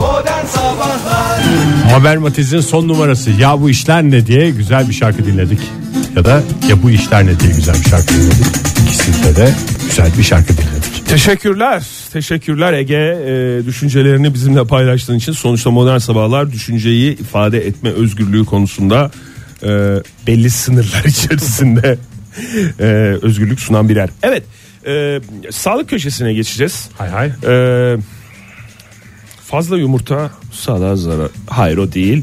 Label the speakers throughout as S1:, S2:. S1: Modern Sabahlar
S2: Haber Matiz'in son numarası Ya Bu işler Ne diye güzel bir şarkı dinledik. Ya da Ya Bu işler Ne diye güzel bir şarkı dinledik. İkisinde de güzel bir şarkı dinledik.
S3: Teşekkürler. Teşekkürler Ege. Ee, düşüncelerini bizimle paylaştığın için sonuçta modern sabahlar düşünceyi ifade etme özgürlüğü konusunda e, belli sınırlar içerisinde e, özgürlük sunan bir yer. Evet. e, sağlık köşesine geçeceğiz.
S2: Hay hay.
S3: Ee, fazla yumurta sağlığa zarar. Hayır o değil.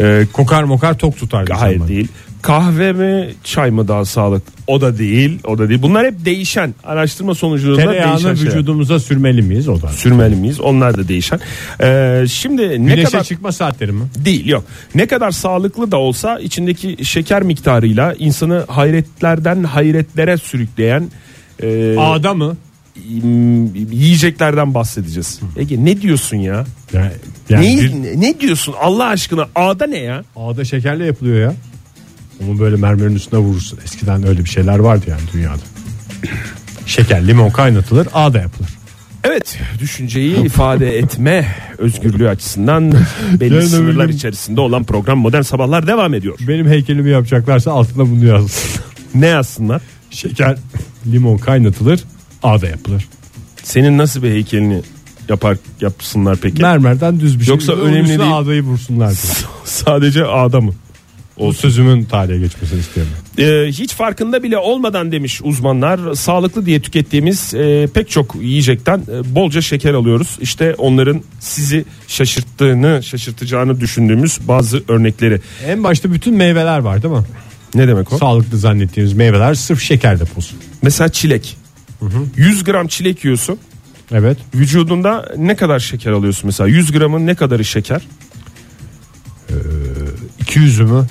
S3: Ee,
S2: Kokar mokar tok tutar.
S3: hayır
S2: insanlar.
S3: değil. Kahve mi çay mı daha sağlık? O da değil. O da değil. Bunlar hep değişen. Araştırma sonucunda
S2: Tereyağını
S3: değişen şeyler.
S2: vücudumuza sürmeli miyiz o da?
S3: Sürmeli miyiz? Onlar da değişen. Ee, şimdi ne
S2: Güneşe
S3: kadar
S2: çıkma saatleri mi?
S3: değil yok. Ne kadar sağlıklı da olsa içindeki şeker miktarıyla insanı hayretlerden hayretlere sürükleyen e,
S2: Ağda mı?
S3: m- yiyeceklerden bahsedeceğiz. Ege ne diyorsun ya?
S2: Yani,
S3: Neyi-
S2: bir
S3: ne, ne diyorsun Allah aşkına? Ağda ne ya?
S2: ağda şekerle yapılıyor ya. Onu böyle mermerin üstüne vurursun. Eskiden öyle bir şeyler vardı yani dünyada. Şeker, limon kaynatılır, ağda yapılır.
S3: Evet, düşünceyi ifade etme özgürlüğü açısından belli
S2: Yani
S3: sınırlar
S2: benim-
S3: içerisinde olan program Modern Sabahlar devam ediyor.
S2: Benim heykelimi yapacaklarsa altına bunu yazsın.
S3: Ne yazsınlar?
S2: Şeker, limon kaynatılır, ağda yapılır.
S3: Senin nasıl bir heykelini yapar yapsınlar peki?
S2: Mermerden düz bir şey.
S3: Yoksa
S2: Onun
S3: önemli
S2: üstüne
S3: değil.
S2: ağdayı vursunlar. diye.
S3: Sadece ağda mı?
S2: o sözümün tarihe geçmesini istiyorum.
S3: Ee, hiç farkında bile olmadan demiş uzmanlar sağlıklı diye tükettiğimiz e, pek çok yiyecekten e, bolca şeker alıyoruz. İşte onların sizi şaşırttığını, şaşırtacağını düşündüğümüz bazı örnekleri.
S2: En başta bütün meyveler var değil mi?
S3: Ne demek o?
S2: Sağlıklı zannettiğimiz meyveler sırf şeker deposu.
S3: Mesela çilek. 100 gram çilek yiyorsun.
S2: Evet.
S3: Vücudunda ne kadar şeker alıyorsun mesela? 100 gramın ne kadarı şeker?
S2: İki yüzümü.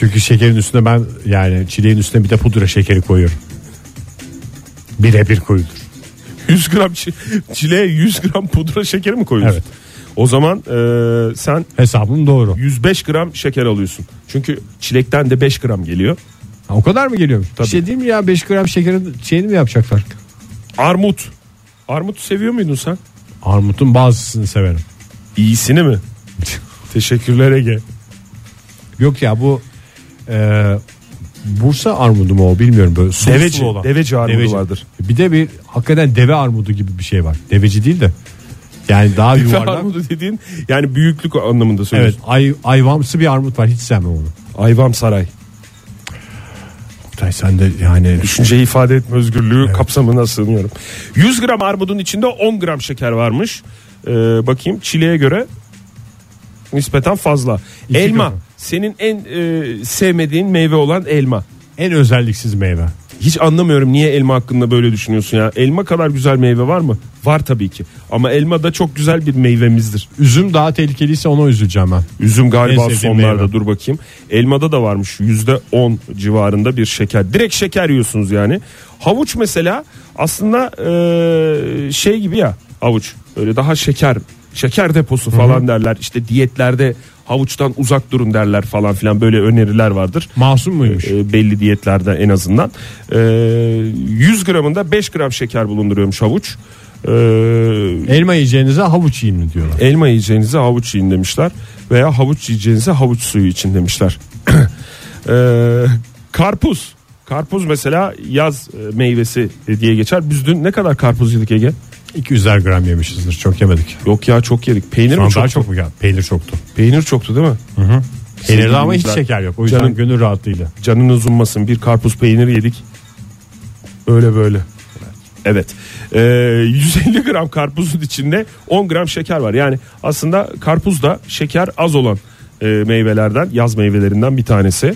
S2: Çünkü şekerin üstüne ben yani çileğin üstüne bir de pudra şekeri koyuyorum. Birebir koyulur.
S3: 100 gram çi- çileğe 100 gram pudra şekeri mi koyuyorsun?
S2: Evet.
S3: O zaman e, sen
S2: Hesabım doğru.
S3: 105 gram şeker alıyorsun. Çünkü çilekten de 5 gram geliyor.
S2: Ha, o kadar mı geliyormuş?
S3: Tabii.
S2: Bir şey diyeyim mi ya 5 gram şekerin şeyini mi yapacaklar?
S3: Armut. Armut seviyor muydun sen?
S2: Armutun bazısını severim.
S3: İyisini mi? Teşekkürler Ege.
S2: Yok ya bu e, Bursa armudu mu o bilmiyorum böyle soslu
S3: Deveci-
S2: olan.
S3: deveci armudu vardır.
S2: Bir de bir hakikaten deve armudu gibi bir şey var. Deveci değil de yani daha
S3: Yuvarlak.
S2: yuvarlak.
S3: Armudu dediğin yani büyüklük anlamında
S2: Evet
S3: söylüyorsun.
S2: ay, ayvamsı bir armut var hiç sevmem onu.
S3: Ayvam saray.
S2: Oktay sen de yani
S3: Düşünceyi ifade etme özgürlüğü kapsamına sığınıyorum. 100 gram armudun içinde 10 gram şeker varmış. Ee, bakayım çileğe göre nispeten fazla.
S2: İki
S3: elma.
S2: gram.
S3: Senin en e, sevmediğin meyve olan elma.
S2: en özelliksiz meyve.
S3: Hiç anlamıyorum niye elma hakkında böyle düşünüyorsun ya. Elma kadar güzel meyve var mı? Var tabii ki. Ama elma da çok güzel bir meyvemizdir.
S2: Üzüm daha tehlikeliyse ona üzüleceğim ben.
S3: Üzüm galiba
S2: En sevdiğim
S3: sonlarda
S2: meyve.
S3: dur bakayım. Elmada da varmış yüzde on civarında bir şeker. Direkt şeker yiyorsunuz yani. Havuç mesela aslında eee, şey gibi ya havuç. Öyle daha şeker şeker deposu falan derler. İşte diyetlerde havuçtan uzak durun derler falan filan böyle öneriler vardır.
S2: Masum muymuş?
S3: E, belli diyetlerde en azından. E, 100 gramında 5 gram şeker bulunduruyormuş havuç. E,
S2: Elma yiyeceğinize havuç yiyin mi diyorlar.
S3: elma yiyeceğinize havuç yiyin demişler. Veya havuç yiyeceğinize havuç suyu için demişler. E, karpuz. Karpuz mesela yaz e, meyvesi diye geçer. Biz dün ne kadar karpuz yedik Ege?
S2: 200'er er gram yemişizdir çok yemedik.
S3: Yok ya çok yedik. Peynir
S2: Şu an
S3: mi
S2: daha
S3: çok?
S2: çok mu geldi? Peynir çoktu.
S3: Peynir çoktu değil mi?
S2: Peynirde ama hiç
S3: Sevgilimizden.
S2: şeker yok. O yüzden
S3: Canım.
S2: gönül rahatlığıyla.
S3: Canınız ummasın bir karpuz peyniri yedik. Öyle böyle. Evet. Ee, 150 gram karpuzun içinde 10 gram şeker var. Yani aslında karpuz da şeker az olan e, meyvelerden, yaz meyvelerinden bir tanesi.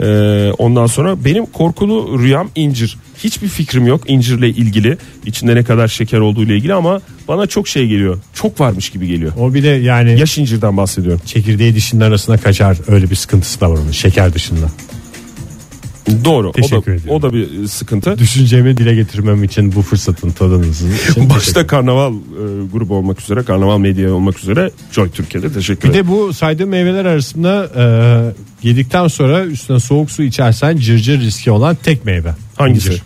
S3: Ee, ondan sonra benim korkulu rüyam incir. Hiçbir fikrim yok incirle ilgili. içinde ne kadar şeker olduğu ile ilgili ama bana çok şey geliyor. Çok varmış gibi geliyor.
S2: O bir de yani
S3: Yaş incirden bahsediyorum.
S2: çekirdeği dişinin arasına kaçar öyle bir sıkıntısı da var onun şeker dışında.
S3: Doğru. o da,
S2: Teşekkür ediyorum.
S3: o da bir e, sıkıntı.
S2: Düşüncemi dile getirmem için bu fırsatın tadınızı.
S3: Başta Karnaval e, grubu olmak üzere, Karnaval Medya olmak üzere Joy Türkiye'de teşekkür
S2: Bir
S3: ederim.
S2: de bu saydığım meyveler arasında e, yedikten sonra üstüne soğuk su içersen cırcır riski olan tek meyve.
S3: Hangisi?
S2: İncir.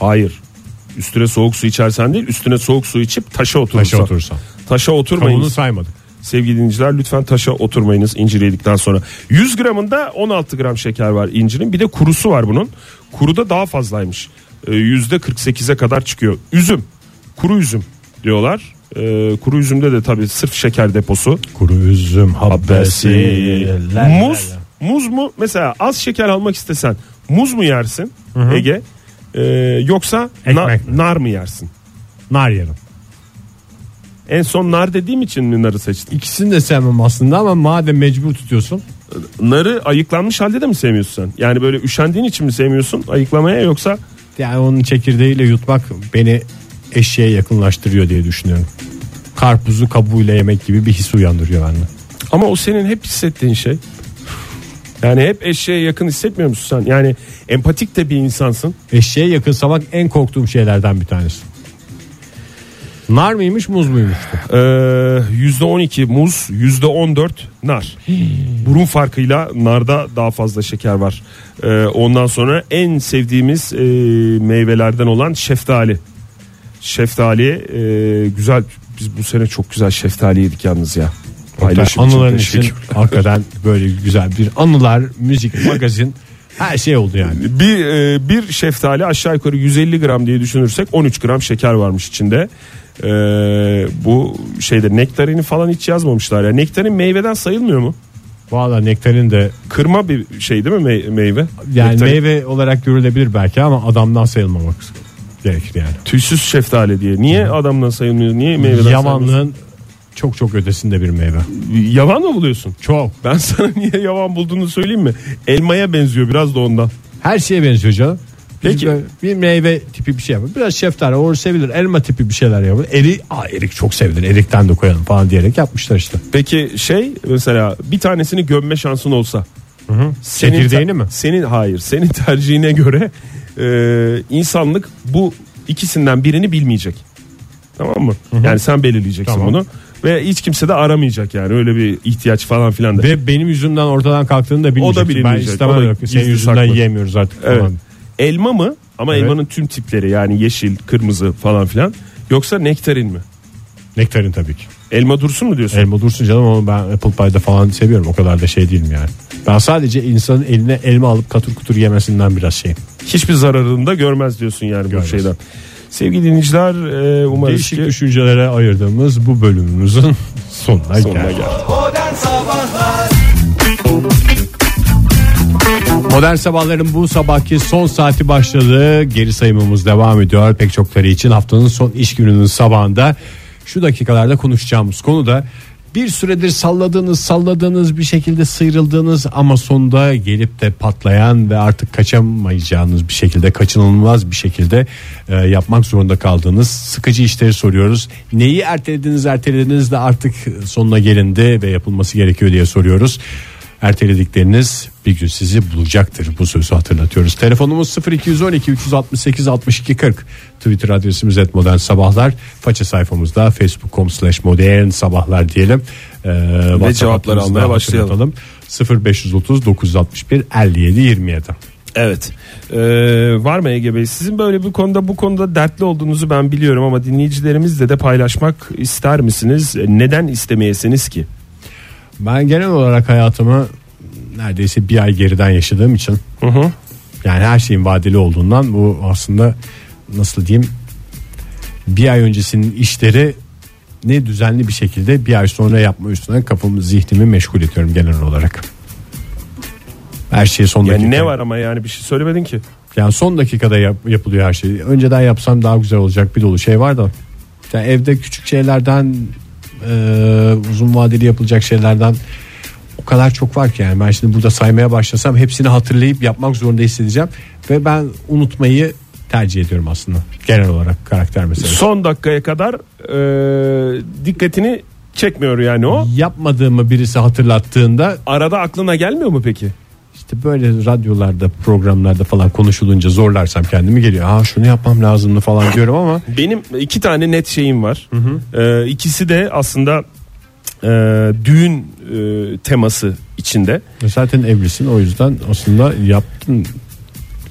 S3: Hayır. Üstüne soğuk su içersen değil, üstüne soğuk su içip taşa oturursan.
S2: Taşa oturursan.
S3: Taşa oturmayın.
S2: Kabuğunu saymadık.
S3: Sevgili dinleyiciler lütfen taşa oturmayınız incir yedikten sonra. 100 gramında 16 gram şeker var incirin. Bir de kurusu var bunun. Kuru da daha fazlaymış. Ee, %48'e kadar çıkıyor. Üzüm. Kuru üzüm diyorlar. Ee, kuru üzümde de tabii sırf şeker deposu.
S2: Kuru üzüm habbesi.
S3: Muz. Muz mu? Mesela az şeker almak istesen muz mu yersin Ege? Ee, yoksa na-
S2: Ekmek mi?
S3: nar mı yersin?
S2: Nar yerim.
S3: En son nar dediğim için mi narı seçtin?
S2: İkisini de sevmem aslında ama madem mecbur tutuyorsun.
S3: Narı ayıklanmış halde de mi sevmiyorsun sen? Yani böyle üşendiğin için mi sevmiyorsun ayıklamaya yoksa
S2: Yani onun çekirdeğiyle yutmak beni eşeğe yakınlaştırıyor diye düşünüyorum. Karpuzu kabuğuyla yemek gibi bir his uyandırıyor bende.
S3: Ama o senin hep hissettiğin şey. Yani hep eşeğe yakın hissetmiyor musun sen? Yani empatik de bir insansın.
S2: Eşeğe yakınsamak en korktuğum şeylerden bir tanesi. Nar mıymış muz muymuş?
S3: Ee, %12 muz, %14 nar. Burun farkıyla narda daha fazla şeker var. Ee, ondan sonra en sevdiğimiz e, meyvelerden olan şeftali. Şeftali e, güzel. Biz bu sene çok güzel şeftali yedik yalnız ya. Paylaşım için
S2: Anıların
S3: teşekkür.
S2: için hakikaten böyle güzel bir anılar, müzik, magazin her şey oldu yani.
S3: Bir e, bir şeftali aşağı yukarı 150 gram diye düşünürsek 13 gram şeker varmış içinde. E, bu şeyde nektarini falan hiç yazmamışlar ya. Nektarin meyveden sayılmıyor mu?
S2: Valla nektarin de
S3: Kırma bir şey değil mi mey- meyve?
S2: yani
S3: Nektarin-
S2: meyve olarak görülebilir belki ama adamdan sayılmamak gerekir yani.
S3: tüysüz şeftali diye. Niye adamdan sayılmıyor? Niye meyveden sayılmıyor?
S2: Yamanlığın çok çok ötesinde bir meyve.
S3: Yavan mı buluyorsun?
S2: Çok.
S3: Ben sana niye yavan bulduğunu söyleyeyim mi? Elmaya benziyor biraz da ondan.
S2: Her şeye benziyor canım. Biz
S3: Peki.
S2: böyle Bir meyve tipi bir şey yapın. Biraz şeftali olur sevilir. Elma tipi bir şeyler yapın. Eri, aa erik çok sevilir. Erikten de koyalım falan diyerek yapmışlar işte.
S3: Peki şey mesela bir tanesini gömme şansın olsa. Senin
S2: Çekirdeğini mi?
S3: Senin hayır. Senin tercihine göre e, insanlık bu ikisinden birini bilmeyecek. Tamam mı? Yani sen belirleyeceksin
S2: Tamam.
S3: bunu ve hiç kimse de aramayacak yani öyle bir ihtiyaç falan filan da.
S2: Ve benim yüzümden ortadan kalktığını da bilmeyeceksin. Ben
S3: bilinmeyecek. O
S2: istemem.
S3: da
S2: yok.
S3: gizli
S2: Senin yüzünden
S3: saklı.
S2: yiyemiyoruz artık
S3: Evet.
S2: falan.
S3: Elma mı? Ama
S2: Evet.
S3: elmanın tüm tipleri yani yeşil, kırmızı falan filan. Yoksa nektarin mi?
S2: Nektarin tabii ki.
S3: Elma dursun mu diyorsun?
S2: Elma dursun canım ama ben apple pie'de falan seviyorum. O kadar da şey değilim yani. Ben sadece insanın eline elma alıp katır kutur yemesinden biraz şeyim.
S3: Hiçbir zararını da görmez diyorsun yani
S2: Görmez.
S3: bu şeyden. Sevgili dinleyiciler e, umarız
S2: Değişik
S3: ki
S2: düşüncelere ayırdığımız bu bölümümüzün sonuna,
S3: sonuna
S2: geldik.
S3: geldik.
S1: Modern Sabahlar
S2: Modern Sabahların bu sabahki son saati başladı. Geri sayımımız devam ediyor. Pek çokları için haftanın son iş gününün sabahında şu dakikalarda konuşacağımız konu da bir süredir salladığınız salladığınız bir şekilde sıyrıldığınız ama sonunda gelip de patlayan ve artık kaçamayacağınız bir şekilde kaçınılmaz bir şekilde e, yapmak zorunda kaldığınız sıkıcı işleri soruyoruz. Neyi ertelediniz ertelediniz de artık sonuna gelindi ve yapılması gerekiyor diye soruyoruz erteledikleriniz bir gün sizi bulacaktır. Bu sözü hatırlatıyoruz. Telefonumuz 0212 368 62 40. Twitter adresimiz et modern sabahlar. Faça sayfamızda facebook.com slash modern sabahlar diyelim. Ee, WhatsApp
S3: cevapları
S2: hattımızı da
S3: almaya başlayalım.
S2: hatırlatalım. 0530 961 57 27.
S3: Evet. Ee, var mı Ege Bey? Sizin böyle bir konuda bu konuda dertli olduğunuzu ben biliyorum ama dinleyicilerimizle de paylaşmak ister misiniz? E, Neden istemeyesiniz ki?
S2: Ben genel olarak hayatımı neredeyse bir ay geriden yaşadığım için
S3: Hı hı.
S2: Yani her şeyin vadeli olduğundan bu aslında nasıl diyeyim bir ay öncesinin işleri ne düzenli bir şekilde bir ay sonra yapma üstüne kafamı zihnimi meşgul ediyorum genel olarak. Her şey son
S3: Yani
S2: dakika.
S3: ne var ama yani bir şey söylemedin ki.
S2: Yani son dakikada yap- yapılıyor her şey. Önceden yapsam daha güzel olacak bir dolu şey var da. Yani evde küçük şeylerden e, uzun vadeli yapılacak şeylerden o kadar çok var ki yani ben şimdi burada saymaya başlasam hepsini hatırlayıp yapmak zorunda hissedeceğim ve ben unutmayı tercih ediyorum aslında genel olarak karakter meselesi.
S3: Son dakikaya kadar ee, dikkatini çekmiyor yani o.
S2: Yapmadığımı birisi hatırlattığında
S3: Arada aklına gelmiyor mu peki?
S2: İşte böyle radyolarda programlarda falan konuşulunca zorlarsam kendimi geliyor. Ha şunu yapmam lazımdı falan diyorum ama
S3: Benim iki tane net şeyim var. Ee, ikisi de aslında ee, düğün ee, teması içinde.
S2: Zaten evlisin o yüzden aslında yaptın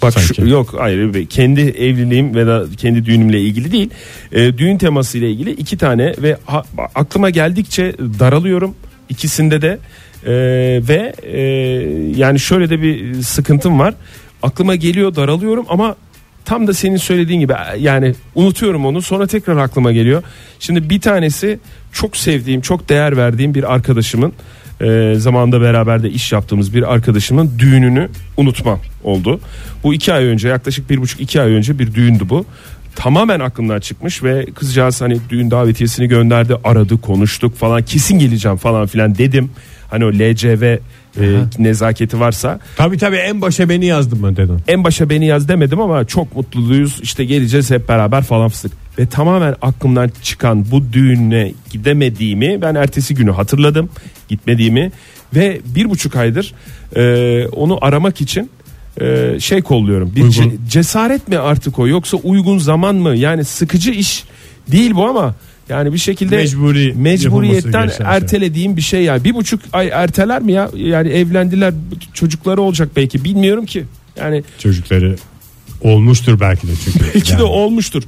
S3: Bak
S2: Sanki.
S3: şu- yok hayır bir- kendi evliliğim ve da kendi düğünümle ilgili değil. Ee, düğün teması ile ilgili iki tane ve ha- aklıma geldikçe daralıyorum ikisinde de Ee, ve e, yani şöyle de bir sıkıntım var. Aklıma geliyor daralıyorum ama tam da senin söylediğin gibi yani unutuyorum onu sonra tekrar aklıma geliyor. Şimdi bir tanesi çok sevdiğim çok değer verdiğim bir arkadaşımın e, zamanında beraber de iş yaptığımız bir arkadaşımın düğününü unutmam oldu. Bu iki ay önce yaklaşık bir buçuk iki ay önce bir düğündü bu. Tamamen aklımdan çıkmış ve kızcağız hani düğün davetiyesini gönderdi aradı konuştuk falan kesin geleceğim falan filan dedim. Hani o LCV e, nezaketi varsa
S2: Tabii tabii en başa beni yazdım ben dedim.
S3: en başa beni yaz demedim ama çok mutluyuz işte geleceğiz hep beraber falan fıstık. Ve tamamen aklımdan çıkan bu düğüne gidemediğimi ben ertesi günü hatırladım gitmediğimi ve bir buçuk aydır e, onu aramak için e, şey kolluyorum. Bir
S2: Uygun.
S3: ce- cesaret mi artık o yoksa uygun zaman mı yani sıkıcı iş değil bu ama yani bir şekilde
S2: Mecburi
S3: mecburiyetten
S2: yapılması gereken şey.
S3: ertelediğim bir şey ya. Bir buçuk ay erteler mi ya? Yani evlendiler çocukları olacak belki bilmiyorum ki. Yani
S2: Çocukları olmuştur belki de çünkü.
S3: belki
S2: Yani.
S3: de olmuştur.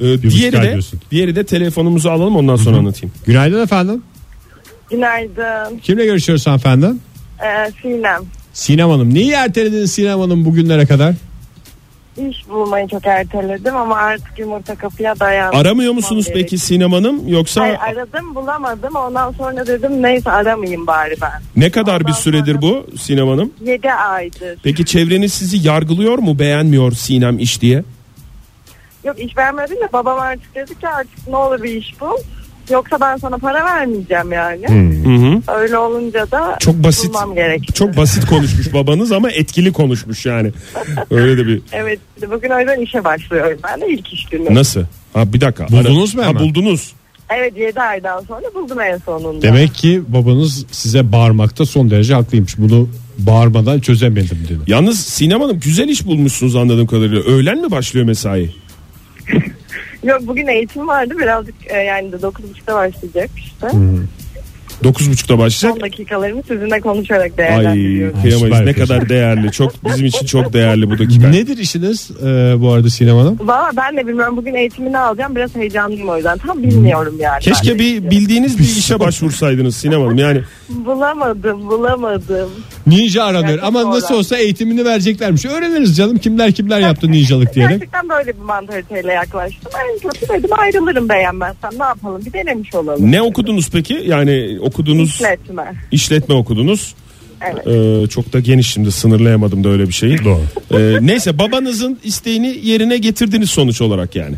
S3: Ee,
S2: buçuk
S3: diğeri
S2: ay
S3: de,
S2: diyorsun.
S3: diğeri de telefonumuzu alalım ondan sonra anlatayım.
S2: Günaydın efendim.
S4: Günaydın.
S2: Kimle görüşüyoruz hanımefendi?
S4: Ee, Sinem.
S2: Sinem Hanım. Neyi ertelediniz Sinem Hanım bugünlere kadar?
S4: İş bulmayı çok erteledim ama artık yumurta kapıya dayandı.
S3: Aramıyor musunuz
S4: Tamam,
S3: peki
S4: evet.
S3: Sinem Hanım yoksa
S4: Hayır, aradım bulamadım ondan sonra dedim neyse aramayayım bari ben.
S3: ne kadar bir
S4: Ondan
S3: süredir
S4: sonra-
S3: bu Sinem Hanım?
S4: 7 aydır.
S3: Peki çevreniz sizi yargılıyor mu beğenmiyor Sinem iş diye?
S4: Yok iş vermedim de babam artık dedi ki artık ne olur bir iş bul. Yoksa ben sana para vermeyeceğim yani.
S3: Hı hı.
S4: Öyle olunca da
S3: Çok basit.
S4: bulmam gerekti.
S3: Çok basit konuşmuş babanız ama etkili konuşmuş yani. Öyle de bir
S4: Evet bugün o yüzden işe başlıyorum ben de ilk iş günü.
S3: nasıl? Ha bir dakika.
S2: Buldunuz
S3: Ara-
S2: mu hemen?
S3: Ha, buldunuz.
S4: Evet 7 aydan sonra buldum en sonunda.
S2: Demek ki babanız size bağırmakta son derece haklıymış. Bunu bağırmadan çözemedim dedi.
S3: Yalnız Sinem Hanım güzel iş bulmuşsunuz anladığım kadarıyla. Öğlen mi başlıyor mesai?
S4: Yok bugün eğitim vardı birazcık e, yani de 9.30'da başlayacak işte.
S3: 9.30'da başlayacak.
S4: Son dakikalarımı sizinle konuşarak
S3: Ay
S4: değerlendiriyorum.
S3: kıyamayız
S2: Süper
S3: ne
S2: kız.
S3: kadar değerli. Çok bizim için çok değerli bu dakika.
S2: Nedir işiniz e, bu arada Sinem Hanım?
S4: Valla ben de bilmiyorum bugün eğitimini alacağım biraz heyecanlıyım o yüzden tam bilmiyorum yani. ben
S3: Keşke
S4: de.
S3: bir bildiğiniz bir işe başvursaydınız Sinem Hanım. Yani
S4: Bulamadım bulamadım.
S2: Ninja aranıyor
S4: Gerçekten
S2: ama nasıl
S4: doğru.
S2: olsa eğitimini vereceklermiş. Öğreniriz canım kimler kimler yaptı ninjalık diyerek.
S4: Gerçekten böyle bir mantaliteyle yaklaştım. En kötü dedim ayrılırım beğenmezsem ne yapalım bir denemiş olalım.
S3: ne okudunuz peki? Yani okudunuz
S4: İşletme.
S3: işletme okudunuz.
S4: Evet.
S3: Ee, çok da geniş şimdi sınırlayamadım da öyle bir şeyi.
S2: Doğru.
S3: Ee, neyse babanızın isteğini yerine getirdiniz sonuç olarak yani.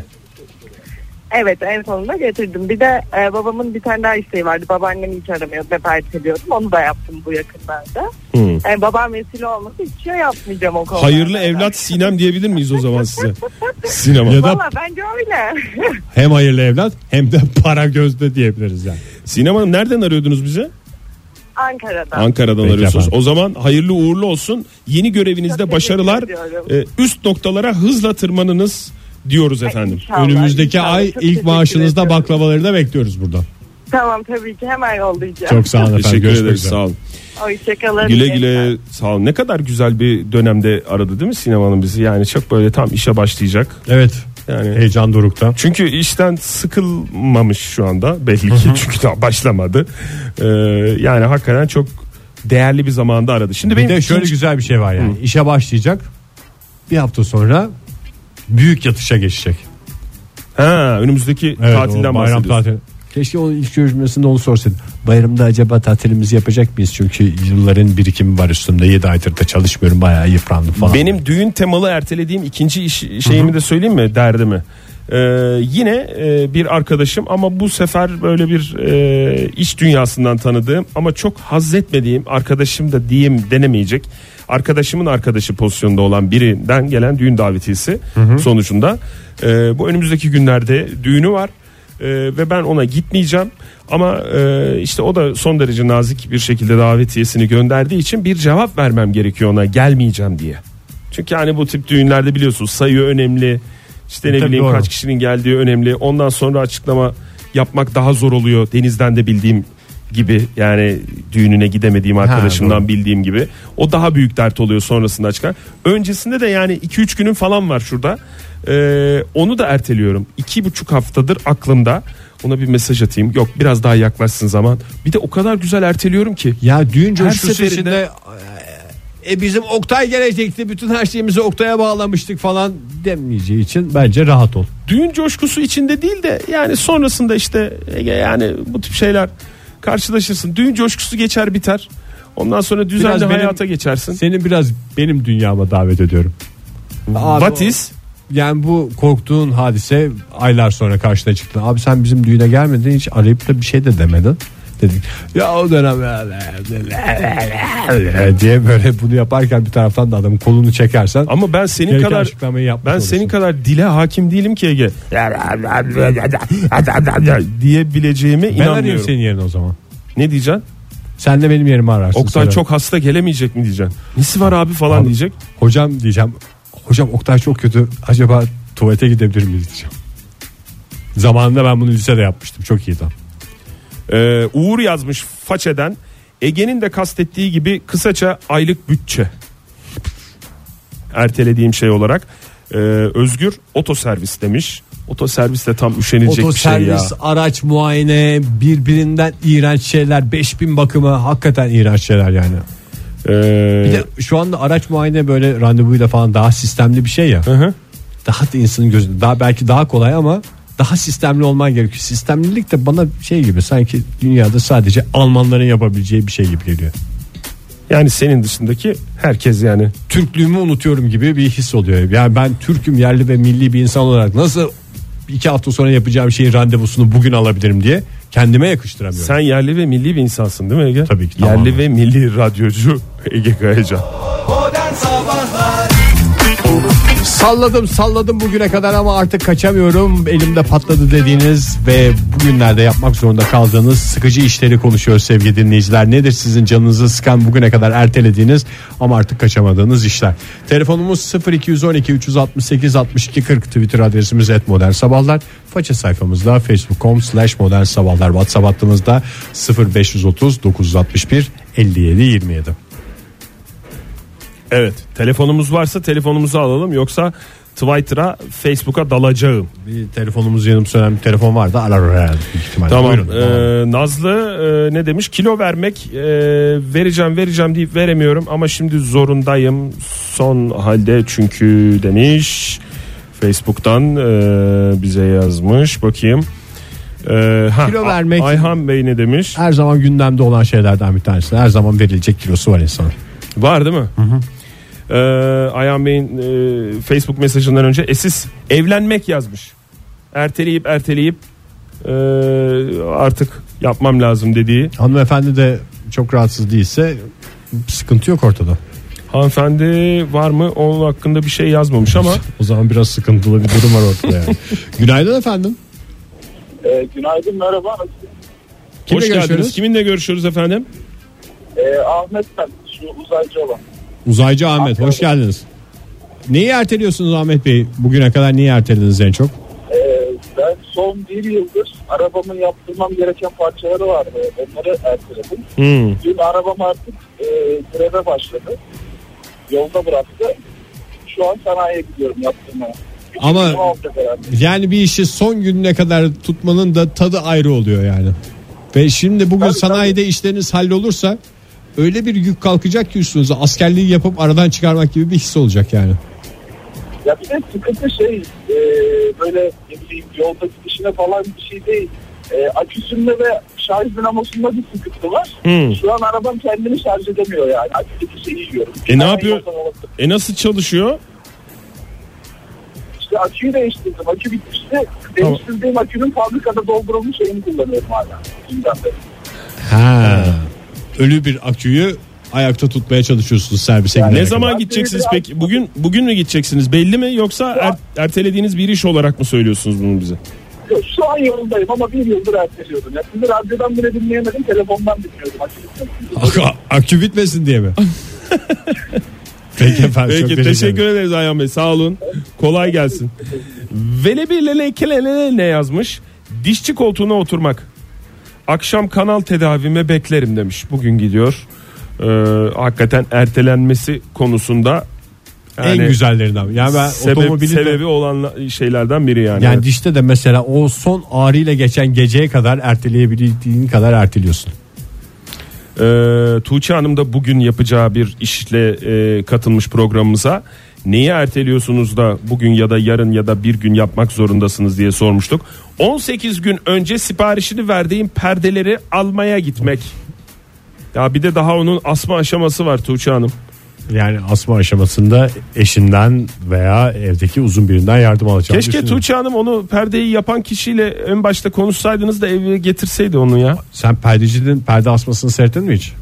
S4: Evet en sonunda getirdim. Bir de e, babamın bir tane daha isteği vardı. Babaannemi hiç aramıyordum. Hep erteliyordum. Onu da yaptım bu yakınlarda.
S3: Hı.
S4: E, babam vesile olması hiç şey yapmayacağım o konuda.
S3: Hayırlı evlat Sinem diyebilir miyiz o zaman size? Sinem
S2: Ya
S3: Hanım.
S2: da-
S4: Valla bence öyle.
S2: Hem hayırlı evlat hem de para gözde diyebiliriz yani.
S3: Sinem Hanım nereden arıyordunuz bize?
S4: Ankara'da.
S3: Ankara'dan
S2: Peki
S3: arıyorsunuz.
S2: efendim.
S3: O zaman hayırlı uğurlu olsun. Yeni görevinizde
S4: Çok
S3: başarılar.
S4: teşekkür
S3: e, üst noktalara hızla tırmanınız diyoruz efendim.
S4: İnşallah,
S2: Önümüzdeki
S4: inşallah.
S2: ay
S4: Çok
S2: ilk
S4: teşekkür
S2: maaşınızda
S4: ediyorum.
S2: baklavaları da bekliyoruz burada.
S4: Tamam tabii ki hemen yollayacağım.
S2: Çok sağ olun efendim.
S3: Teşekkür
S2: Görüşmek
S3: ederiz.
S2: üzere.
S3: Sağ olun.
S4: Hoşçakalın.
S3: Güle güle sağ olun. Ne kadar güzel bir dönemde aradı değil mi Sinem Hanım bizi? Yani çok böyle tam işe başlayacak.
S2: Evet.
S3: Yani
S2: Heyecan dorukta.
S3: çünkü işten sıkılmamış şu anda belli ki çünkü daha başlamadı. Ee, yani hakikaten çok değerli bir zamanda aradı. Şimdi
S2: Bir
S3: benim
S2: de şöyle
S3: ikinci-
S2: güzel bir şey var yani. İşe başlayacak. Bir hafta sonra büyük yatışa geçecek.
S3: ha önümüzdeki
S2: Evet,
S3: tatilden
S2: o bayram
S3: bahsediyorsun.
S2: tatili. Keşke onun ilk görüşmesinde onu sorsaydın. Bayramda acaba tatilimizi yapacak mıyız? Çünkü yılların birikimi var üstümde. 7 aydır da çalışmıyorum bayağı yıprandım falan.
S3: Benim düğün temalı ertelediğim ikinci iş, şeyimi de söyleyeyim mi derdimi? Ee, yine e, bir arkadaşım ama bu sefer böyle bir e, iş dünyasından tanıdığım ama çok haz etmediğim arkadaşım da diyeyim denemeyecek. Arkadaşımın arkadaşı pozisyonda olan birinden gelen düğün davetiyesi sonucunda. e, bu önümüzdeki günlerde düğünü var. Ee, ve ben ona gitmeyeceğim ama e, işte o da son derece nazik bir şekilde davetiyesini gönderdiği için bir cevap vermem gerekiyor ona gelmeyeceğim diye. Çünkü hani bu tip düğünlerde biliyorsunuz sayı önemli işte ne
S2: E, Tabii
S3: bileyim
S2: doğru.
S3: kaç kişinin geldiği önemli ondan sonra açıklama yapmak daha zor oluyor denizden de bildiğim gibi yani düğününe gidemediğim arkadaşımdan
S2: doğru.
S3: bildiğim gibi. O daha büyük dert oluyor sonrasında çıkan. Öncesinde de yani 2-3 günüm falan var şurada. Ee, onu da erteliyorum. 2,5 haftadır aklımda. Ona bir mesaj atayım. Yok biraz daha yaklaşsın zaman. Bir de o kadar güzel erteliyorum ki.
S2: Ya düğün
S3: Her
S2: coşkusu
S3: seferinde-
S2: içinde e, bizim Oktay gelecekti bütün her şeyimizi Oktay'a bağlamıştık falan demeyeceği için bence rahat ol.
S3: düğün coşkusu içinde değil de yani sonrasında işte Ege yani bu tip şeyler karşılaşırsın. Düğün coşkusu geçer biter. Ondan sonra düzenli
S2: Biraz benim-
S3: hayata geçersin.
S2: Seni biraz benim dünyama davet ediyorum.
S3: What is?
S2: Yani bu korktuğun hadise aylar sonra karşına çıktı. Abi sen bizim düğüne gelmedin hiç arayıp da bir şey de demedin. Dedik ya o dönem diye böyle bunu yaparken bir taraftan da adamın kolunu çekersen
S3: Ama ben senin
S2: gereken
S3: kadar
S2: açıklamayı yapmış
S3: ben
S2: olursun.
S3: senin kadar dile hakim değilim ki Ege. diyebileceğime
S2: ben arayayım
S3: inanmıyorum.
S2: senin yerine o zaman.
S3: Ne diyeceksin?
S2: Sen de benim yerime ararsın.
S3: Oktay
S2: sonra.
S3: çok hasta gelemeyecek mi diyeceksin? Nesi var abi falan
S2: Abi-
S3: diyecek.
S2: Hocam diyeceğim. Hocam Oktay çok kötü. Acaba tuvalete gidebilir miyiz diyeceğim. Zamanında ben bunu lisede yapmıştım. Çok iyi tam.
S3: Ee, Uğur yazmış façeden. Ege'nin de kastettiği gibi kısaca aylık bütçe. Ertelediğim şey olarak. Ee, Özgür otoservis demiş. Otoservis de tam üşenilecek bir şey ya.
S2: Otoservis, araç muayene, birbirinden iğrenç şeyler, 5000 bakımı hakikaten iğrenç şeyler yani.
S3: Ee,
S2: Bir de şu anda araç muayene böyle randevuyla falan daha sistemli bir şey ya.
S3: hı hı.
S2: Daha da insanın gözünde daha belki daha kolay ama daha sistemli olman gerekiyor. Sistemlilik de bana şey gibi sanki dünyada sadece Almanların yapabileceği bir şey gibi geliyor.
S3: Yani senin dışındaki herkes yani.
S2: Türklüğümü unutuyorum gibi bir his oluyor. Yani ben Türk'üm yerli ve milli bir insan olarak nasıl iki hafta sonra yapacağım şeyin randevusunu bugün alabilirim diye kendime yakıştıramıyorum.
S3: Sen yerli ve milli bir insansın değil mi Ege?
S2: Tabii ki,
S3: Yerli
S2: tamamen.
S3: ve milli radyocu Ege Kayacan.
S1: Modern Sabahlar
S2: Salladım salladım bugüne kadar ama artık kaçamıyorum. Elimde patladı dediğiniz ve bugünlerde yapmak zorunda kaldığınız sıkıcı işleri konuşuyoruz sevgili dinleyiciler. Nedir sizin canınızı sıkan bugüne kadar ertelediğiniz ama artık kaçamadığınız işler. Telefonumuz 0212 368 62 40 Twitter adresimiz et modern sabahlar. Faça sayfamızda facebook.com slash modern sabahlar. WhatsApp hattımızda 0530 961 57 27.
S3: Evet telefonumuz varsa telefonumuzu alalım yoksa Twitter'a Facebook'a dalacağım.
S2: Bir telefonumuz yanım sönen bir telefon vardı. Arar herhalde büyük ihtimalle.
S3: Tamam.
S2: Buyurun.
S3: Ee, Nazlı e, ne demiş? Kilo vermek e, vereceğim vereceğim deyip veremiyorum ama şimdi zorundayım son halde çünkü demiş. Facebook'tan e, bize yazmış bakayım. E, ha,
S2: Kilo
S3: A-
S2: vermek-
S3: Ayhan Bey ne demiş?
S2: her zaman gündemde olan şeylerden bir tanesi. Her zaman verilecek kilosu var insanın.
S3: Var değil mi? E, Ayhan Bey'in e, Facebook mesajından önce esis evlenmek yazmış. Erteleyip erteleyip e, artık yapmam lazım dediği
S2: Hanımefendi de çok rahatsız değilse sıkıntı yok ortada.
S3: Hanımefendi var mı? Onun hakkında bir şey yazmamış ama
S2: O zaman biraz sıkıntılı bir durum var ortada yani. Günaydın efendim.
S5: Ee, günaydın merhaba.
S2: Kimle
S3: hoş geldiniz.
S2: görüşüyoruz?
S3: Kiminle görüşüyoruz efendim?
S5: Ee, Ahmet ben şu uzaycı olan.
S2: Uzaycı Ahmet hoş geldiniz. Neyi erteliyorsunuz Ahmet Bey? Bugüne kadar niye ertelediniz en çok?
S5: Ee, ben son bir yıldır arabamın yaptırmam gereken parçaları vardı. Onları erteledim. Dün arabam artık e, greve başladı. Yolda bıraktı. Şu an sanayiye gidiyorum yaptırmaya. Bir
S2: Ama-
S5: çekim alacak herhalde.
S2: Yani bir işi son gününe kadar tutmanın da tadı ayrı oluyor yani. Ve şimdi bugün
S5: Tabii,
S2: sanayide işleriniz hallolursa öyle bir yük kalkacak ki üstünüze askerliği yapıp aradan çıkarmak gibi bir his olacak yani.
S5: Ya bir de sıkıntı şey e, böyle ne bileyim yolda gidişine falan bir şey değil. E, aküsünde ve şarj dinamosunda bir sıkıntı var.
S3: Hmm.
S5: Şu an arabam kendini şarj edemiyor yani. Aküdeki şeyi yiyorum.
S3: E, ne
S5: Ben
S3: yapıyor?
S5: yoldan alıp-
S3: E nasıl çalışıyor?
S5: İşte aküyü değiştirdim. Akü bitmişti. Değiştirdiğim akünün fabrikada doldurulmuş şeyini kullanıyorum hala. Bundan beri.
S2: Ha. Ölü bir aküyü ayakta tutmaya çalışıyorsunuz servise gidene
S3: Ne
S2: kadar.
S3: zaman
S5: Ben
S3: gideceksiniz
S5: bir-
S3: peki? Bugün bugün mü gideceksiniz? Belli mi yoksa er- ertelediğiniz bir iş olarak mı söylüyorsunuz bunu bize?
S5: Yok, Şu an yoldayım ama bir yıldır erteliyordum. Ya sizi radyodan bile dinleyemedim. Telefondan dinliyordum. Akü bitmişti.
S2: Akü, akü bitmesin diye mi? Peki efendim. çok
S3: Peki
S2: ederim.
S3: teşekkür ederiz Ayhan Bey. Sağ olun. Kolay gelsin. Velebilele ne yazmış? Dişçi koltuğuna oturmak. Akşam kanal tedavime beklerim demiş. Bugün gidiyor. Ee, hakikaten ertelenmesi konusunda yani
S2: en güzellerinden. Yani ben
S3: sebep-
S2: otomobili de-
S3: sebebi olan şeylerden biri yani.
S2: yani dişte de mesela o son ağrıyla geçen geceye kadar erteleyebildiğin kadar erteliyorsun.
S3: Ee, Tuğçe Hanım da bugün yapacağı bir işle e, katılmış programımıza. Neyi erteliyorsunuz da bugün ya da yarın ya da bir gün yapmak zorundasınız diye sormuştuk. 18 gün önce siparişini verdiğim perdeleri almaya gitmek. Ya bir de daha onun asma aşaması var Tuğçe Hanım.
S2: Yani asma aşamasında eşinden veya evdeki uzun birinden yardım alacağını
S3: Keşke
S2: düşünüyorum.
S3: Tuğçe Hanım onu perdeyi yapan kişiyle en başta konuşsaydınız da eve getirseydi onu ya.
S2: Sen perdecinin perde asmasını seyrettin mi hiç?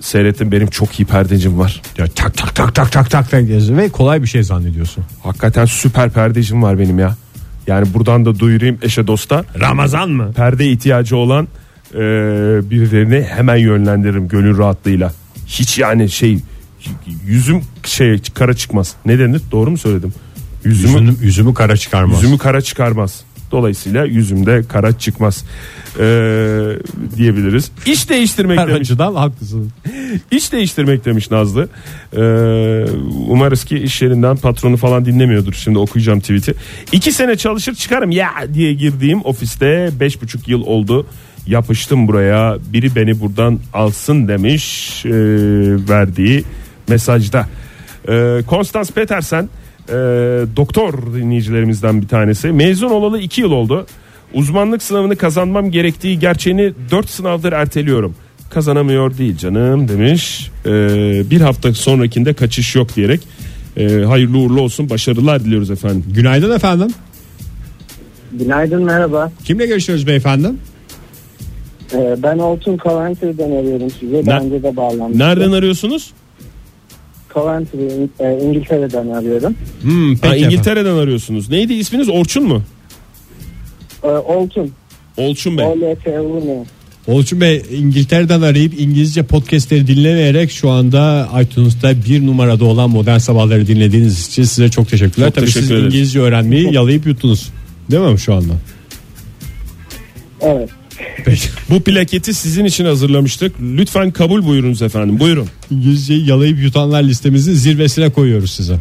S3: Seyrettim benim çok iyi perdecim var.
S2: Ya tak tak tak tak tak tak tak diyorsun ve kolay bir şey zannediyorsun.
S3: Hakikaten süper perdecim var benim ya. Yani buradan da duyurayım eşe dosta.
S2: Ramazan mı?
S3: perde ihtiyacı olan e, birilerini hemen yönlendiririm gönül rahatlığıyla. Hiç yani şey yüzüm şey kara çıkmaz. Ne denir? Doğru mu söyledim? Yüzümü
S2: Yüzünü, yüzümü kara çıkarmaz.
S3: yüzümü kara çıkarmaz. Dolayısıyla yüzümde kara çıkmaz e, diyebiliriz. İş şey değiştirmek
S2: Her
S3: demiş.
S2: açıdan haklısın.
S3: İş değiştirmek demiş Nazlı. Ee, umarız ki iş yerinden patronu falan dinlemiyordur. Şimdi okuyacağım tweet'i. İki sene çalışır çıkarım ya diye girdiğim ofiste beş buçuk yıl oldu. Yapıştım buraya biri beni buradan alsın demiş ee, verdiği mesajda. Ee, Konstans Petersen ee, doktor dinleyicilerimizden bir tanesi. Mezun olalı iki yıl oldu. Uzmanlık sınavını kazanmam gerektiği gerçeğini 4 sınavdır erteliyorum. Kazanamıyor değil canım demiş. Ee, bir hafta sonrakinde kaçış yok diyerek e, hayırlı uğurlu olsun başarılar diliyoruz efendim.
S2: Günaydın efendim.
S6: Günaydın merhaba.
S2: Kimle görüşüyoruz beyefendi?
S6: Ee, ben Oltun Coventry'den arıyorum size. Daha önce de bağlanmıştım.
S3: Nereden arıyorsunuz?
S6: Coventry İng- e, İngiltere'den arıyorum.
S2: Hmm,
S3: Ha,
S2: peki efendim.
S3: İngiltere'den arıyorsunuz. Neydi isminiz? Orçun mu?
S6: Ee, Oltun.
S3: Olçun Bey.
S6: O-L-T-U-N.
S2: Olçun Bey İngiltere'den arayıp İngilizce podcastleri dinlemeyerek şu anda iTunes'ta bir numarada olan Modern Sabahları dinlediğiniz için size çok teşekkürler.
S3: Çok
S2: Tabii
S3: teşekkür
S2: siz
S3: ederiz.
S2: İngilizce öğrenmeyi yalayıp yuttunuz. Değil mi şu anda?
S6: Evet.
S2: Peki.
S3: Bu plaketi sizin için hazırlamıştık. Lütfen kabul buyurunuz efendim. Buyurun.
S2: İngilizceyi yalayıp yutanlar listemizin zirvesine koyuyoruz size.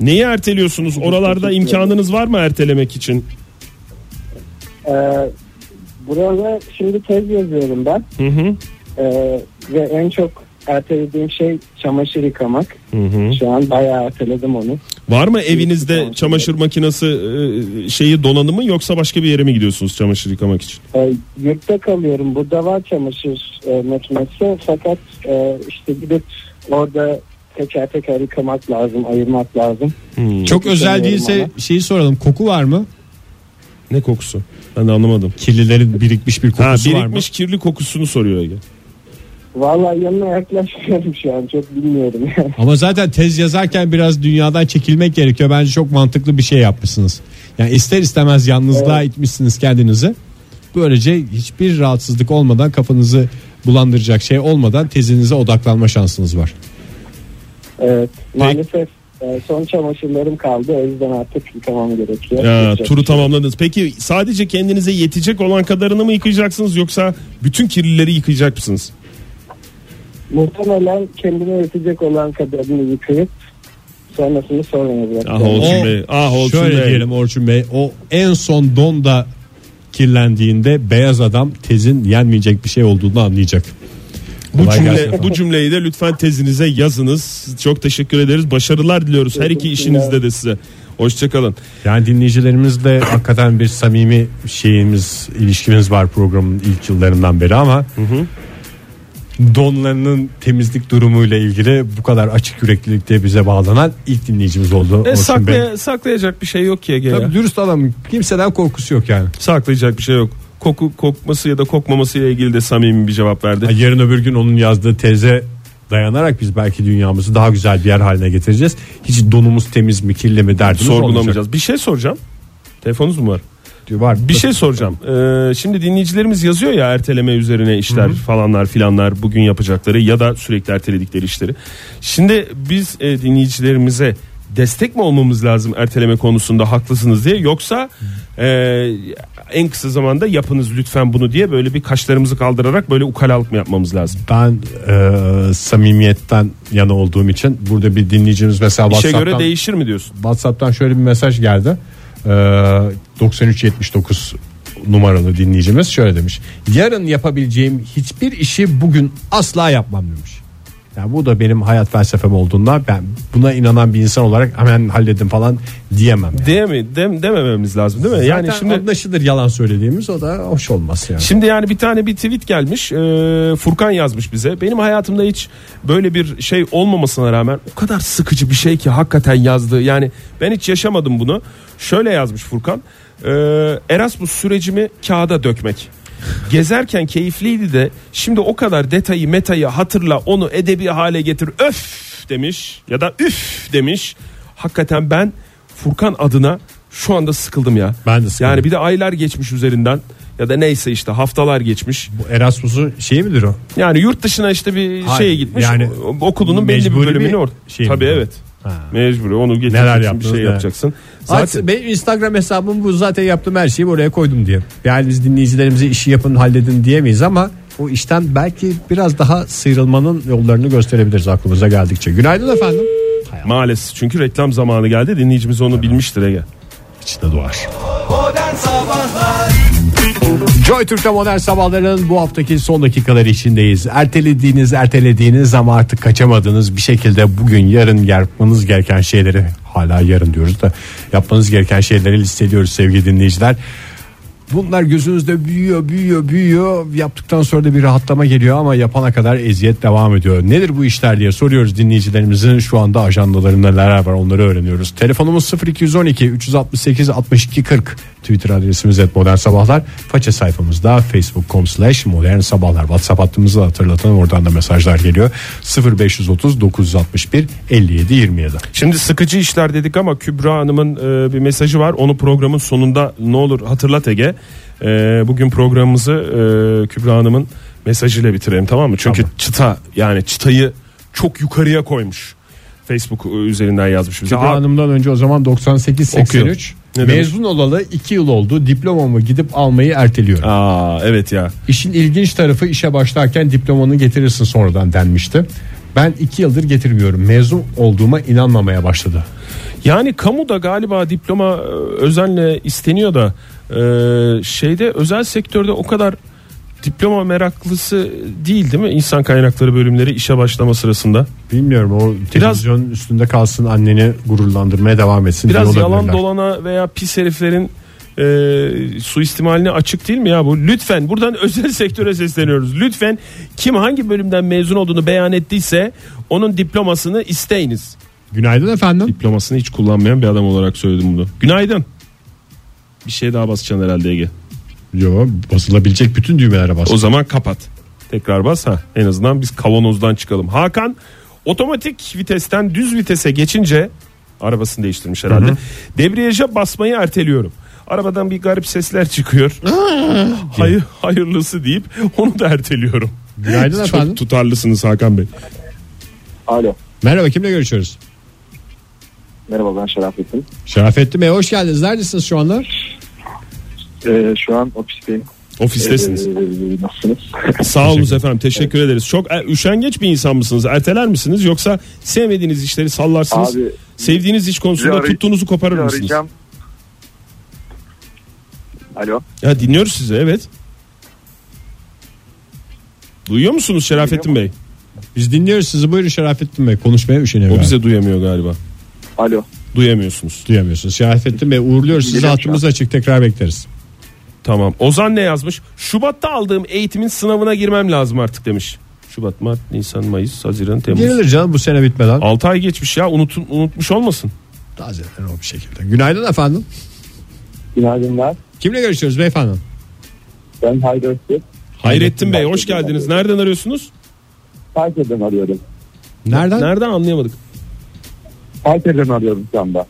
S3: Neyi erteliyorsunuz? Oralarda imkanınız var mı ertelemek için?
S6: Ee, burada şimdi tez yazıyorum ben.
S3: Hı hı.
S6: Ee, ve en çok ertelediğim şey çamaşır yıkamak. Şu an bayağı erteledim onu.
S3: Var mı evinizde çamaşır makinesi e, şeyi donanımı yoksa başka bir yere mi gidiyorsunuz çamaşır yıkamak için?
S6: Ee, yurtta kalıyorum. Burada var çamaşır e, makinesi. Fakat e, işte gidip orada teker teker yıkamak lazım, ayırmak lazım.
S2: Çok özel
S6: Sanıyorum
S2: değilse
S6: ama.
S2: şeyi soralım. Koku var mı?
S3: Ne kokusu? Ben de anlamadım.
S2: Kirlilerin birikmiş bir kokusu
S3: Ha,
S2: var mı?
S3: birikmiş kirli kokusunu soruyor Ege.
S6: Vallahi yanına yaklaşmıyorum şu an çok bilmiyorum yani.
S2: Ama zaten tez yazarken biraz dünyadan çekilmek gerekiyor. Bence çok mantıklı bir şey yapmışsınız. Yani ister istemez yalnızlığa itmişsiniz kendinizi. Böylece hiçbir rahatsızlık olmadan kafanızı bulandıracak şey olmadan tezinize odaklanma şansınız var.
S6: Evet, maalesef e, son çamaşırlarım kaldı o yüzden artık yıkamam gerekiyor.
S3: Ya,
S6: Yapacak
S3: turu
S6: bir şey yok.
S3: tamamladınız. Peki sadece kendinize yetecek olan kadarını mı yıkayacaksınız yoksa bütün kirlileri yıkayacak mısınız?
S6: Muhtemelen kendine yetecek olan kadarını yıkayıp sonrasını sonraya
S3: Ah
S6: bırakacağım.
S3: Olsun
S2: O-
S3: Bey. Ah Olsun
S2: Şöyle
S3: Bey.
S2: diyelim Orçun Bey o en son don da kirlendiğinde beyaz adam tezin yenmeyecek bir şey olduğunu anlayacak.
S3: Bu,
S2: Kolay gelsin
S3: cümle,
S2: efendim.
S3: bu cümleyi de lütfen tezinize yazınız. Çok teşekkür ederiz. Başarılar diliyoruz her iki işinizde de size. Hoşçakalın.
S2: Yani dinleyicilerimizle hakikaten bir samimi şeyimiz, ilişkimiz var programın ilk yıllarından beri ama donlarının temizlik durumuyla ilgili bu kadar açık yüreklilikte bize bağlanan ilk dinleyicimiz oldu.
S3: E,
S2: Orçun Bey.
S3: saklaya- saklayacak bir şey yok ki Ege ya.
S2: Tabii dürüst adamın kimseden korkusu yok yani.
S3: Saklayacak bir şey yok. Koku kokması ya da kokmaması ile ilgili de samimi bir cevap verdi.
S2: Ha, Yarın öbür gün onun yazdığı teze dayanarak biz belki dünyamızı daha güzel bir yer haline getireceğiz. Hiç donumuz temiz mi kirli mi derdimiz
S3: Sorgulamayacağız.
S2: olmayacak.
S3: Bir şey soracağım. Telefonunuz mu var?
S2: Diyor, Var.
S3: Bir şey soracağım. Ee, şimdi dinleyicilerimiz yazıyor ya erteleme üzerine işler falanlar filanlar bugün yapacakları ya da sürekli erteledikleri işleri. Şimdi biz e, dinleyicilerimize destek mi olmamız lazım erteleme konusunda haklısınız diye yoksa e, en kısa zamanda yapınız lütfen bunu diye böyle bir kaşlarımızı kaldırarak böyle ukalalık mı yapmamız lazım?
S2: Ben e, samimiyetten yana olduğum için burada bir dinleyicimiz mesela
S3: İşe
S2: WhatsApp'tan,
S3: göre değişir mi diyorsun?
S2: WhatsApp'tan şöyle bir mesaj geldi. E, 9379 numaralı dinleyicimiz şöyle demiş. Yarın yapabileceğim hiçbir işi bugün asla yapmam demiş. Yani bu da benim hayat felsefem olduğunda ben buna inanan bir insan olarak hemen halledin falan diyemem. Yani.
S3: Değil mi? Dem- demememiz lazım değil mi?
S2: yani
S3: yani şimdi
S2: anlaşılır yalan söylediğimiz o da hoş olmaz yani.
S3: Şimdi yani bir tane bir tweet gelmiş. Ee, Furkan yazmış bize. Benim hayatımda hiç böyle bir şey olmamasına rağmen o kadar sıkıcı bir şey ki hakikaten yazdığı. Yani ben hiç yaşamadım bunu. Şöyle yazmış Furkan. Ee, Erasmus sürecimi kağıda dökmek. Gezerken keyifliydi de şimdi o kadar detayı metayı hatırla onu edebi hale getir öf demiş ya da üf demiş. Hakikaten ben Furkan adına şu anda sıkıldım ya.
S2: Ben de sıkıldım.
S3: Yani bir de aylar geçmiş üzerinden ya da neyse işte haftalar geçmiş.
S2: Bu Erasmus'u şey midir o?
S3: Yani yurt dışına işte bir
S2: Hayır,
S3: şeye gitmiş.
S2: yani
S3: o- okulunun belli bir
S2: mecburi
S3: bölümünü
S2: bir
S3: or.
S2: şey mi
S3: Tabii
S2: bu?
S3: evet.
S2: Ha.
S3: Mecburi onu getireceksin
S2: Neler
S3: bir
S2: yaptınız,
S3: şey
S2: neler?
S3: yapacaksın.
S2: Zaten...
S3: Zaten
S2: benim Instagram hesabım bu zaten yaptığım her şeyi oraya koydum diye. Yani biz dinleyicilerimize işi yapın halledin diyemeyiz ama o işten belki biraz daha sıyrılmanın yollarını gösterebiliriz aklımıza geldikçe. Günaydın efendim.
S3: maalesef çünkü reklam zamanı geldi. Dinleyicimiz onu bilmiştir Ege.
S2: İçinde doğar.
S1: Modern Sabahlar
S2: Joy Türk'te modern sabahların bu haftaki son dakikaları içindeyiz. Ertelediğiniz ertelediğiniz ama artık kaçamadığınız bir şekilde bugün yarın yapmanız gereken şeyleri hala yarın diyoruz da yapmanız gereken şeyleri listeliyoruz sevgili dinleyiciler. Bunlar gözünüzde büyüyor büyüyor büyüyor yaptıktan sonra da bir rahatlama geliyor ama yapana kadar eziyet devam ediyor. Nedir bu işler diye soruyoruz dinleyicilerimizin şu anda ajandalarında neler var onları öğreniyoruz. Telefonumuz 0212 368 62 40 Twitter adresimiz et modern sabahlar. Faça sayfamızda facebook.com slash modern sabahlar whatsapp hattımızı da hatırlatalım oradan da mesajlar geliyor 0530 961 57 27.
S3: Şimdi sıkıcı işler dedik ama Kübra Hanım'ın e, bir mesajı var. Onu programın sonunda ne olur hatırlat Ege. E, bugün programımızı e, Kübra Hanım'ın mesajıyla bitirelim tamam mı? Çünkü çıta yani çıtayı çok yukarıya koymuş. Facebook e, üzerinden yazmış bize.
S2: Kübra
S3: Aa,
S2: Hanım'dan önce o zaman 98-83
S3: Okuyor. Ne demiş?
S2: mezun olalı 2 yıl oldu diplomamı gidip almayı erteliyorum.
S3: aa, evet ya.
S2: İşin ilginç tarafı işe başlarken diplomanı getirirsin sonradan denmişti. Ben 2 yıldır getirmiyorum mezun olduğuma inanmamaya başladı.
S3: Yani kamuda galiba diploma e, özenle isteniyor da e, şeyde özel sektörde o kadar diploma meraklısı değil değil mi? İnsan kaynakları bölümleri işe başlama sırasında.
S2: Bilmiyorum o televizyonun üstünde kalsın anneni gururlandırmaya devam etsin.
S3: Biraz
S2: diye
S3: yalan
S2: olabilirler.
S3: dolana veya pis heriflerin e, suistimaline açık değil mi ya bu? Lütfen buradan özel sektöre sesleniyoruz. Lütfen kim hangi bölümden mezun olduğunu beyan ettiyse onun diplomasını isteyiniz.
S2: Günaydın efendim.
S3: Diplomasını hiç kullanmayan bir adam olarak söyledim bunu. Günaydın. Bir şey daha basacaksın herhalde Ege.
S2: Yo basılabilecek bütün düğmelere bas.
S3: O zaman kapat. Tekrar bas ha. En azından biz kavanozdan çıkalım. Hakan otomatik vitesten düz vitese geçince arabasını değiştirmiş herhalde. Debriyaja basmayı erteliyorum. Arabadan bir garip sesler çıkıyor. Hayır hayırlısı deyip onu da erteliyorum.
S2: Günaydın
S3: Çok
S2: efendim.
S3: tutarlısınız Hakan Bey.
S5: Alo.
S2: Merhaba kimle görüşüyoruz?
S5: Merhaba ben Şerafettin.
S2: Şerafettin Bey hoş geldiniz. Neredesiniz şu anda?
S5: Ee, şu an ofisteyim.
S3: Ofistesiniz.
S5: Ee, nasılsınız?
S3: Sağ olun efendim. Teşekkür ederiz. Çok e, üşengeç bir insan mısınız? Erteler misiniz yoksa sevmediğiniz işleri sallarsınız?
S5: Abi,
S3: sevdiğiniz iş konusunda
S5: bir arayı-
S3: tuttuğunuzu koparır
S5: Sizi
S3: mısınız?
S5: arayacağım. Alo.
S3: Ya dinliyoruz sizi evet. Duyuyor musunuz Şerafettin Bey?
S2: Biz dinliyoruz sizi. Buyurun Şerafettin Bey konuşmaya üşeniyor.
S3: O
S2: galiba.
S3: bize duyamıyor galiba.
S5: Alo.
S3: Duyamıyorsunuz.
S2: duyamıyorsunuz. Şerafettin Bey uğurluyoruz sizi.
S5: Dinliyorum
S2: Hattımız açık tekrar bekleriz.
S3: Tamam. Ozan ne yazmış? Şubat'ta aldığım eğitimin sınavına girmem lazım artık demiş. Şubat, Mart, Nisan, Mayıs, Haziran, Temmuz.
S2: Girilir canım bu sene bitmeden.
S3: 6 ay geçmiş ya unutun, unutmuş olmasın.
S2: Tazeden o bir şekilde. Günaydın efendim.
S6: Günaydınlar.
S2: Kimle görüşüyoruz beyefendi?
S6: Ben Haydar Öztürk.
S3: Hayrettin Bey hoş
S6: Hayrettin Bey.
S3: geldiniz. Nereden arıyorsunuz?
S6: Kayseri'den arıyorum.
S2: Nereden?
S3: Nereden anlayamadık.
S6: Kayseri'den arıyorum şu anda.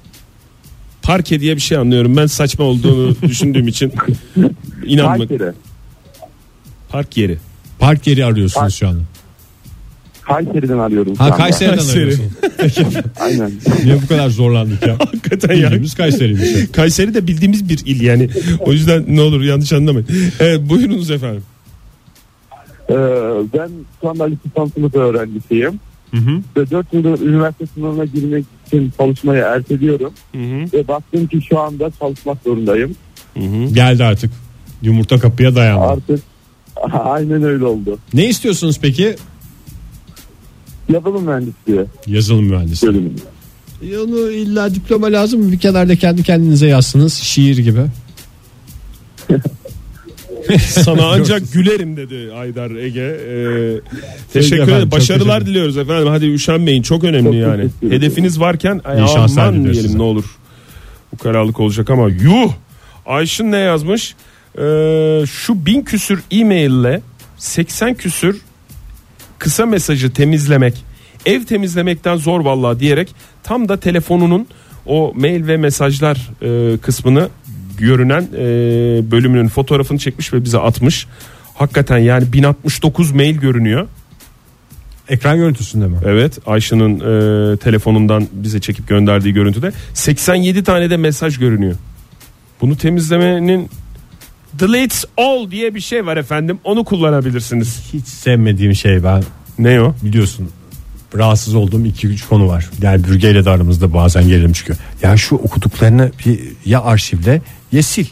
S3: Parke diye bir şey anlıyorum. Ben saçma olduğunu düşündüğüm için inanmak.
S6: Kayseri.
S3: Park yeri.
S2: Park yeri arıyorsunuz şu anda.
S5: Kayseri'den arıyorum. şu
S2: Ha
S5: anda.
S2: Kayseri'den
S3: Kayseri.
S2: arıyorsun.
S5: Aynen.
S2: Niye bu kadar zorlandık ya?
S3: Hakikaten ya.
S2: Bildiğimiz Kayseri'ymiş. ya.
S3: Kayseri de bildiğimiz bir il yani. O yüzden ne olur yanlış anlamayın. Evet buyurunuz efendim.
S5: Ee, ben şu anda lisans sınıfı öğrencisiyim. Ve 4 yıldır üniversite sınavına girmek için çalışmayı erteliyorum. Ve baktım ki şu anda çalışmak zorundayım.
S2: Geldi artık. Yumurta kapıya dayandı.
S5: Artık aynen öyle oldu.
S2: Ne istiyorsunuz peki?
S5: Yazılım mühendisliği
S2: Yazılım mühendisi.
S5: bölümü.
S2: Onu illa diploma lazım mı? Bir kenarda kendi kendinize yazsınız. Şiir gibi.
S3: Sana ancak gülerim dedi Aydar Ege. Ee, teşekkür
S2: efendim,
S3: ederim.
S2: çok
S3: Başarılar
S2: teşekkür
S3: diliyoruz efendim. Hadi üşenmeyin. Çok önemli
S5: Çok
S3: yani.
S5: teşekkür ederim.
S3: Hedefiniz varken ay,
S2: İyi şanslar
S3: aman
S2: diliyoruz
S3: diyelim
S2: size.
S3: ne olur. Ukalalık olacak ama yuh. Ayşin ne yazmış? Ee, şu bin küsür e-maille 80 küsür kısa mesajı temizlemek ev temizlemekten zor vallahi diyerek tam da telefonunun o mail ve mesajlar e, kısmını görünen e, bölümünün fotoğrafını çekmiş ve bize atmış. Hakikaten yani 1069 mail görünüyor.
S2: Ekran görüntüsünde mi?
S3: Evet Ayşe'nin e, telefonundan bize çekip gönderdiği görüntüde 87 tane de mesaj görünüyor. Bunu temizlemenin delete all diye bir şey var efendim. Onu kullanabilirsiniz.
S2: Hiç sevmediğim şey ben
S3: Ne o?
S2: biliyorsun rahatsız olduğum iki üç konu var. Yani bürgeyle de aramızda bazen gerilim çıkıyor. Ya şu okuduklarını bir ya arşivle ya sil.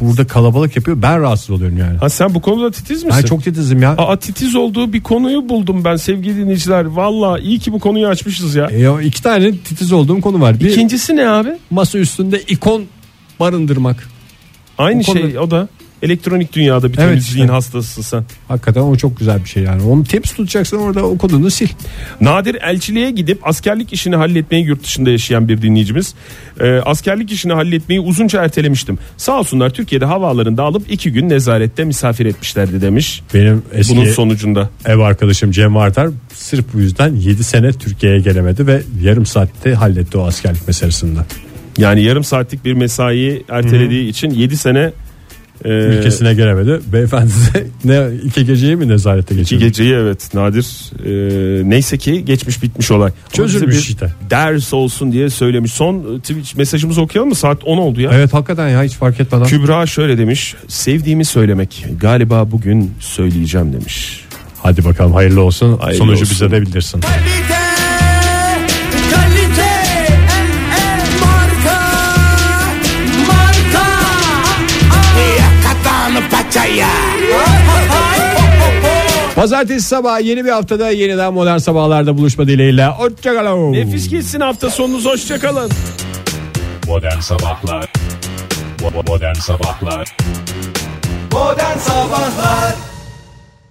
S2: Burada kalabalık yapıyor ben rahatsız oluyorum yani.
S3: Ha sen bu konuda titiz misin?
S2: Ben çok titizim ya.
S3: Aa titiz olduğu bir konuyu buldum ben sevgili dinleyiciler. Valla iyi ki bu konuyu açmışız ya.
S2: E, o iki tane titiz olduğum konu var. Bir
S3: İkincisi ne abi?
S2: masa üstünde ikon barındırmak.
S3: Aynı
S2: O konuda-
S3: şey o da. Elektronik dünyada bir
S2: Evet
S3: temizliğin
S2: işte.
S3: hastasısın sen.
S2: Hakikaten o çok güzel bir şey yani. Onu tepsi tutacaksın orada o kodunu sil.
S3: Nadir elçiliğe gidip askerlik işini halletmeyi yurt dışında yaşayan bir dinleyicimiz. Ee, askerlik işini halletmeyi uzunca ertelemiştim. Sağ olsunlar Türkiye'de havaalanında alıp iki gün nezarette misafir etmişlerdi demiş.
S2: Benim eski
S3: Bunun sonucunda.
S2: ev arkadaşım Cem Artar sırf bu yüzden 7 sene Türkiye'ye gelemedi ve yarım saatte halletti o askerlik meselesini. de.
S3: Yani yarım saatlik bir mesaiyi ertelediği için 7 sene e,
S2: Ülkesine gelemedi. Beyefendi de ne iki geceyi mi nezarette
S3: iki
S2: geçirdi?
S3: geceyi evet Nadir e, neyse ki geçmiş bitmiş olay. Ama
S2: Çözülmüş
S3: bize bir
S2: işte.
S3: Ders olsun diye söylemiş. Son e, Twitch mesajımızı okuyalım mı? Saat 10 oldu ya.
S2: Evet hakikaten ya hiç fark etmeden.
S3: Kübra şöyle demiş. Sevdiğimi söylemek galiba bugün söyleyeceğim demiş.
S2: Hadi bakalım hayırlı olsun.
S3: Hayırlı
S2: Sonucu
S3: olsun.
S2: bize de bildirsin.
S1: Kalite, kalite, el marka, marka. Yakatan paçaya.
S2: Pazartesi sabahı yeni bir haftada yeniden modern sabahlarda buluşma dileğiyle. Hoşçakalın.
S3: Nefis geçsin hafta sonunuz hoşçakalın.
S7: Modern Sabahlar Bo- Modern Sabahlar
S1: Oh, Modern Sabahlar